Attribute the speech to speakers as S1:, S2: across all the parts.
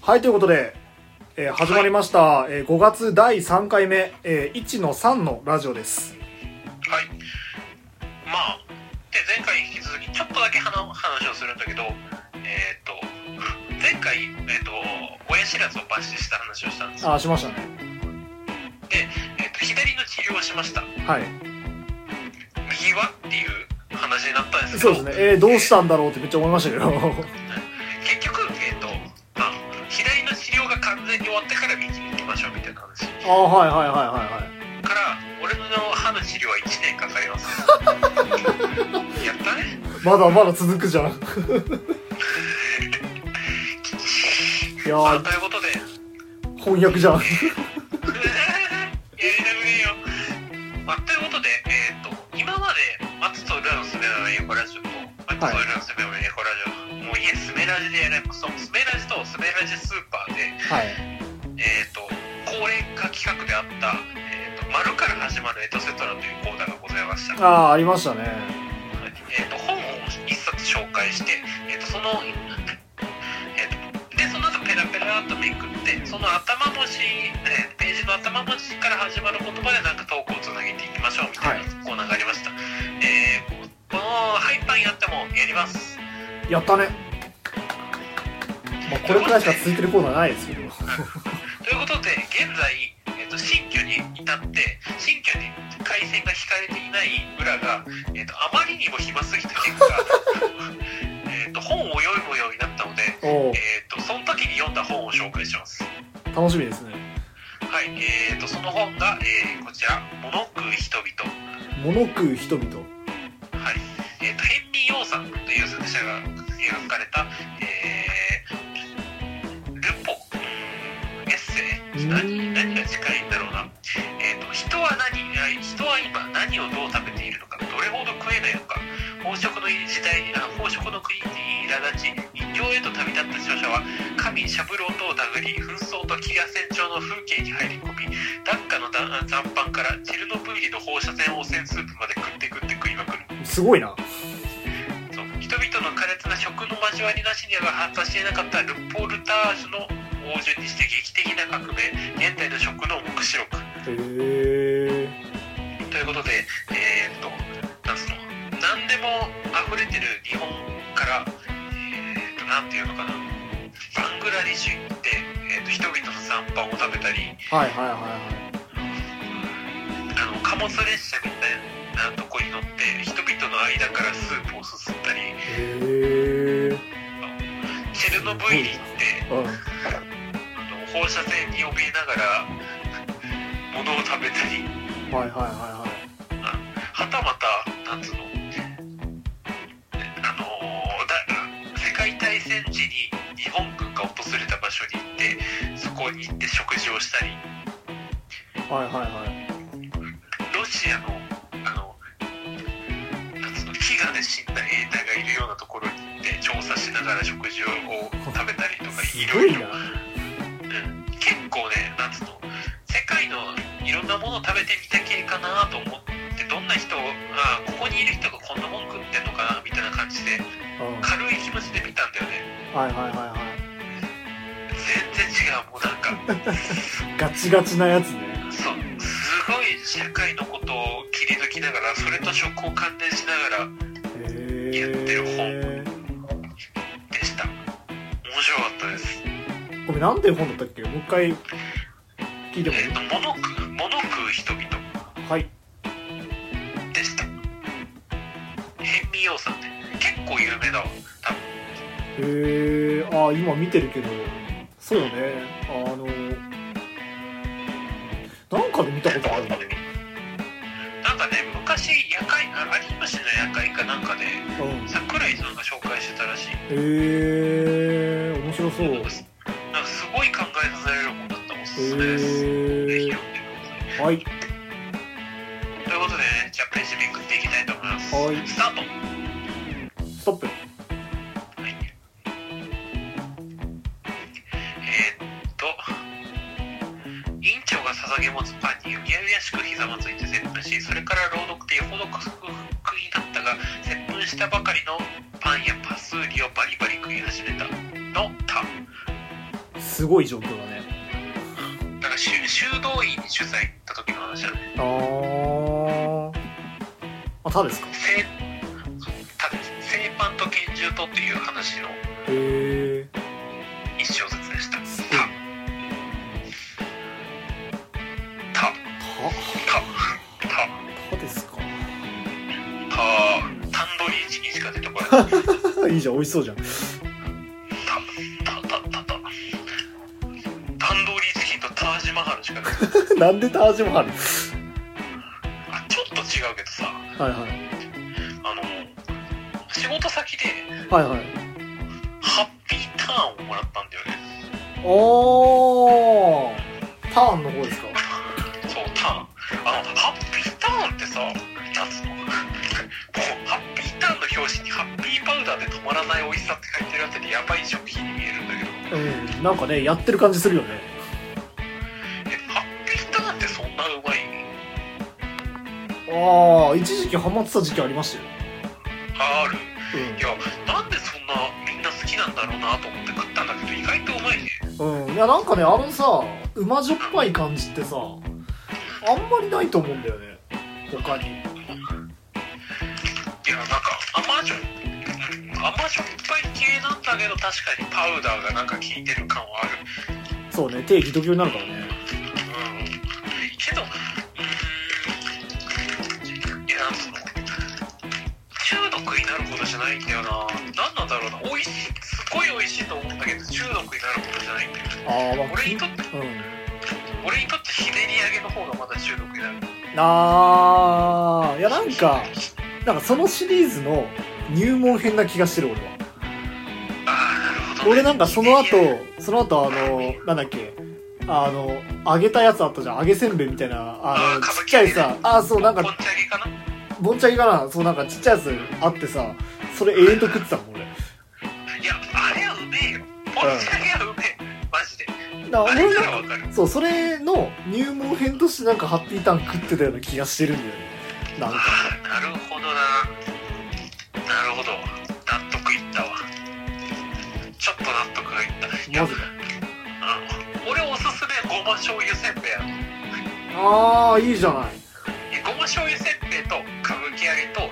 S1: はい、ということで、えー始まりました、えー5月第3回目、えー1の3のラジオです。
S2: はい。まあ、で、前回に引き続き、ちょっとだけ話話をするんだけど、えっ、と、前回、えっ、と、親知らずを抜歯した話をしたんですよ。
S1: あー、しましたね。
S2: えっ、と、左の治療をしました。
S1: はい。
S2: 右はっていう話になったんですけ
S1: そう
S2: ど、
S1: ですね。えーどうしたんだろうってめっちゃ思いま したけど。は
S2: 結局、えっ、と、まあ、左の治療が完全に終わってから右に行きましょうみたいな話。
S1: あー、はいはいはいはい
S2: から、俺の歯の治療は1年かかりま す。やったね。
S1: はい。まだまだ続くじゃん。いや
S2: まあ、
S1: ー
S2: と、いうことで、
S1: 翻訳じゃん。
S2: やりたくねえよ。まあ、ということで、えー、と今まで「松と裏のスメラの横ラジオ」と「松と裏のスメラの横ラジオ」もういやスメラジでやればそのスメラジとスメラジスーパーで、
S1: はい。
S2: えー、と高齢化企画であった「えー、と丸から始まるエトセトラ」というコーナーがございました、
S1: ああ、ありましたね。
S2: えー、と本を一冊紹介して、えー、とその、えー、とでその後ペラペラっとめくってその頭文字、えーページの頭文字から始まる言葉でなんかトークをつなげていきましょうみたいなコーナーがありました、えーこのハイパンやってもやります
S1: やったね。まあ、これくらいしか続いてるコーナーないですけど。
S2: ということで現在、えー、と新居に至って新居に回線が引かれていない裏が、えー、とあまりにも暇すぎた結果 えーと本を読むようになったので
S1: おお、
S2: えー、とその時に読んだ本を紹介します。
S1: 楽しみですね。
S2: はい、えー、とその本が、えーこちら「物食う人々」
S1: 物食う人々。
S2: はいえー、とヘンリー・ヨーさんという作者が描かれた、えールポエッセイ
S1: うん
S2: 何何が近いんだろうな、えー、と人は何あ人は今何をどう食べているのかどれほど食えないのか飽食の時代あ飽食の国に苛立ち一興へと旅立った著者は神シャブローとを殴り紛争と飢餓戦場の風景に入り込みダッカの残飯からチェルノブイリの放射線汚染スープまで食って食って食いまくる
S1: すごいな。
S2: そう人々の苛烈な食の交わりなしには果たし得なかったルポルタージュの応酬にして劇的な革命現代の食の黙示録
S1: へえ。
S2: ということでえーっとなんすの何でも溢れてる日本からえーっとなんていうのかなバングラディッシュ行って、えーっと人々の残飯を食べたり
S1: はいはいはいはい。
S2: あの貨物列車みたいなとこに乗って人々の間からスープをすすったり
S1: へえ。
S2: チェルノブイリ行って
S1: うん。
S2: あの放射線に怯えながら物を食べたり
S1: はいはいはいはい。
S2: はたまたなんつうのあのだ世界大戦時に日本軍が訪れた場所に行ってそこに行って食事をしたり
S1: はいはいはい。
S2: ロシアのあのなんつうの飢餓で死んだ兵隊がいるようなところに行って調査しながら食事を食べたりとかい
S1: すご
S2: ろい
S1: い
S2: ろ
S1: な。
S2: 結構ね、なんつうの、世界のいろんなものを食べてみた系かなと思って、どんな人が、あここにいる人がこんなもん食ってんのかなみたいな感じで、
S1: うん。
S2: 軽い気持ちで見たんだよね。
S1: はいはいはいは
S2: 全然違う、もうなんか、
S1: い。ガチガチなやつね。
S2: そう、すごい社会のことを切り抜きながら、それと食を関連しながら
S1: へ
S2: 言
S1: え。
S2: でした。面白かったです。
S1: これなんていう本だったっけもう一回聞いてもい
S2: えっ、
S1: い
S2: と、物食う、物食う人々
S1: はい。
S2: でした。ヘンミヨウさんね、結構有名だわ。多分
S1: へえ。あ、今見てるけど。そうね。あの、なんかで見たことあるな。
S2: なんかね、昔、夜会、あ有吉の夜会かなんかで、
S1: うん。
S2: 桜井さんが紹介してたらしい。
S1: へえ。面白そう。
S2: なんかすなんかすごい考えさせられるもんだったおすすめです。ぜひ
S1: へ
S2: 読んでください。
S1: え。はい。
S2: ということでね、じゃあページめくっていきたいと思います。
S1: はい
S2: スタート
S1: ストップ。
S2: はいえーっと院長が捧げ持つパンにうやうやしくひざまついて接吻しそれから朗読でよほど空腹になったが接吻したばかりのパンやパスーリをバリバリ食い始めたのた
S1: すすごい状況だね
S2: だから修修道院に取材行った時の話だね
S1: あーあたですか
S2: 聖た聖パンと拳銃とっていう話の
S1: へえ
S2: 一小節でした
S1: すごい
S2: た
S1: た
S2: たた
S1: たですか
S2: たタンドリーチキンしか出てこない
S1: いいじゃん美味しそうじゃん
S2: たたたたたタンドリーチキンとタージマハルしか出てこな
S1: な
S2: い
S1: んでタージマハル
S2: あちょっと違うけどさ
S1: はいはい
S2: あの仕事先で
S1: はいはい
S2: ハッピーターンをもらったんだよね
S1: おーターンの方ですか
S2: そうターンあのハッピーターンってさなんつうのもうハッピーターンの表紙にハッピーパウダーで止まらない美味しさって書いてるやつでやばい食品に見えるんだけど
S1: うんなんかねやってる感じするよね
S2: えハッピーターンってそんなうまい
S1: ああ一時期ハマってた時期ありましたよ、
S2: あるい
S1: うん
S2: やなんでそんなみんな好きなんだろうなと思って食ったんだけど意外とうまいね
S1: うん、いやなんかねあのさ馬じょっぱい感じってさあんまりないと思うんだよね他に
S2: いやなんか甘じょ甘じょっぱい系なんだけど確かにパウダーがなんか効いてる感はある
S1: そうね定義度級になるからね
S2: うんけどうーんいやなんその中毒になることじゃないんだよな何なんだろうな美味しいすっごい美味しいと思うんだけど中毒になることじゃないんだよ
S1: ああまあ
S2: 俺
S1: き
S2: にとって
S1: うん
S2: 俺にとってひねり揚げの方がまだ中毒になる
S1: あーいやなんかなんかそのシリーズの入門編な気がしてる俺は
S2: ああなるほど、ね、
S1: 俺なんかその後
S2: ひねり揚げ
S1: その後あのなんだっけあの揚げたやつあったじゃん揚げせんべいみたいなあ
S2: あー
S1: のちっちゃい
S2: 歌舞伎
S1: さあーそうなんか
S2: こっち揚げかな
S1: ぼんちゃりかなそうなんかちっちゃいやつあってさそれ永遠と食ってたもん俺
S2: いやあれはうめえよぼんちゃりはうめえマジで
S1: だか
S2: あ
S1: ら
S2: れ
S1: 俺
S2: な
S1: なん
S2: ら
S1: か
S2: わかる
S1: そうそれの入門編としてなんかハッピーターン食ってたような気がしてるんだよねなんか
S2: あーなるほどななるほど納得いったわちょっと納得がいったいや
S1: マジで
S2: あの俺おすすめごま醤油せんべいや
S1: ああいいじゃない
S2: ごま醤油せんべいと歌舞伎揚げと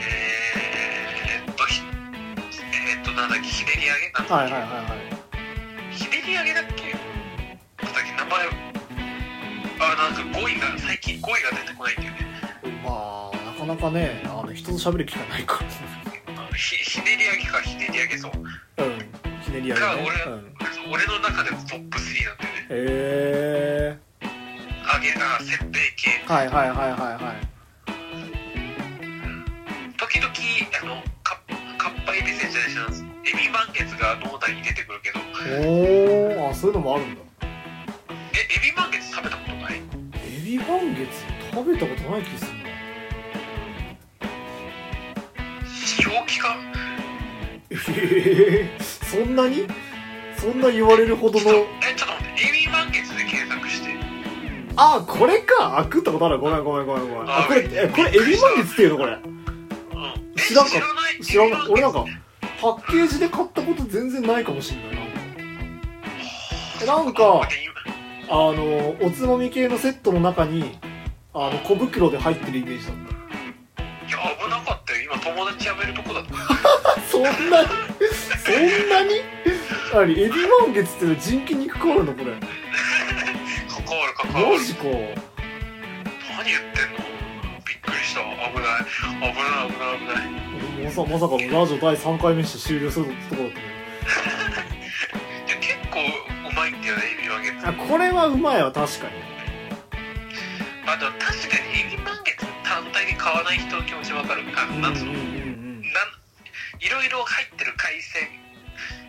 S2: えー、っとひえー、っとなんだっけひねり揚げなんだっけ、
S1: はいはいはいはい
S2: ひねり揚げだっけなんだっけ名前あなんか語彙が最近語彙が出てこないんだよね
S1: まあなかなかねあの人と喋る機会ないか
S2: あのひひねり揚げかひねり揚げそう
S1: らうんひねりやる
S2: が
S1: ね
S2: 俺,、
S1: うん
S2: 俺の中でもトップ3なんだよ
S1: へ
S2: ね
S1: え
S2: 揚げあせんべい系
S1: ー、はいはいはいはいはい
S2: 時々あのかかっぱえびせんじゃないしなんですエビ満月が脳内に出てくるけど
S1: おおあそういうのもあるんだ
S2: えエビ満月食べたことない
S1: エビ満月食べたことない気するな
S2: 表記か
S1: ええそんなにそんな言われるほど
S2: ちょっと
S1: の
S2: えちょっと待ってエビ満月で検索して
S1: あこれかあ食ったことあるごめんごめんごめんごめんあこれえこれエビ満月っていうのこれ
S2: うんえ
S1: 知らんか
S2: 知らない
S1: 知らんか
S2: エビ満月
S1: 俺なんかパッケージで買ったこと全然ないかもしんないなえなんか
S2: で今
S1: あのおつまみ系のセットの中にあの小袋で入ってるイメージだっ
S2: いや危なかったよ今友達辞めるとこだった
S1: た そんなにそんなに何エビ満月っていうの人気に関わるのこれ
S2: 関わる関わる
S1: マジか
S2: 何言ってんのびっくりした危ない危ない危ない危ない
S1: まさまさかのラジオ第3回目して終了するとこだったね
S2: いや結構うまいんだよねエビ満月
S1: あこれはうまいわ確かに
S2: あと確かにエビ満月単体で買わない人の気持ちわかるあ
S1: うんう
S2: なん
S1: ん
S2: つうのなん
S1: うん
S2: いろいろ入ってる海鮮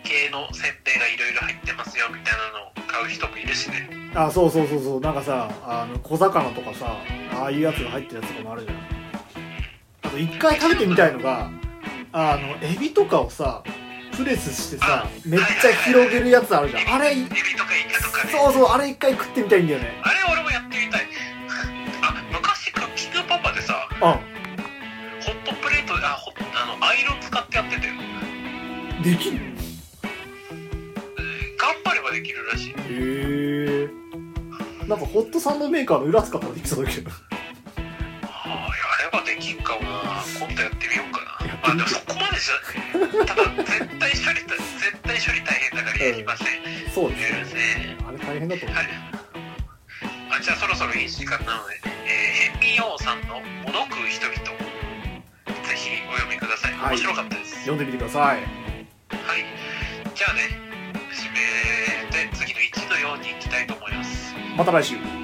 S2: 系のせんべいがいろいろ入ってますよみたいなのを買う人もいるしね
S1: うんあそうそうそうそうなんかさあの小魚とかさああいうやつが入ってるやつとかもあるじゃんあと一回食べてみたいのがあのエビとかをさプレスしてさめっちゃ広げるやつあるじゃんあれ
S2: エビとかイカとかね
S1: そうそうあれ一回食ってみたいんだよね
S2: あれ俺もやってみたいあ昔クッキングパパでさ
S1: あ
S2: ホットプレートであほあのアイロン使ってやってたよ
S1: できる
S2: 頑張ればできるらしい
S1: へえなんかホットサンドメーカーの裏使ったらできそうだけど
S2: ああやればできんかもな今度やってみようかなまあでもそこまでじゃないただ 絶対処理た絶対処理大変だからやりません
S1: そうです
S2: 許
S1: ね
S2: せん
S1: あれ大変だと思う
S2: はい。あじゃあそろそろいい時間なので、えー、ヘンミヨウさんの「もの食う人々」ぜひお読みください。
S1: はい
S2: 面白かったです。
S1: 読んでみてください
S2: はい。じゃあね、締めで次の1の4に行きたいと思います。
S1: また来週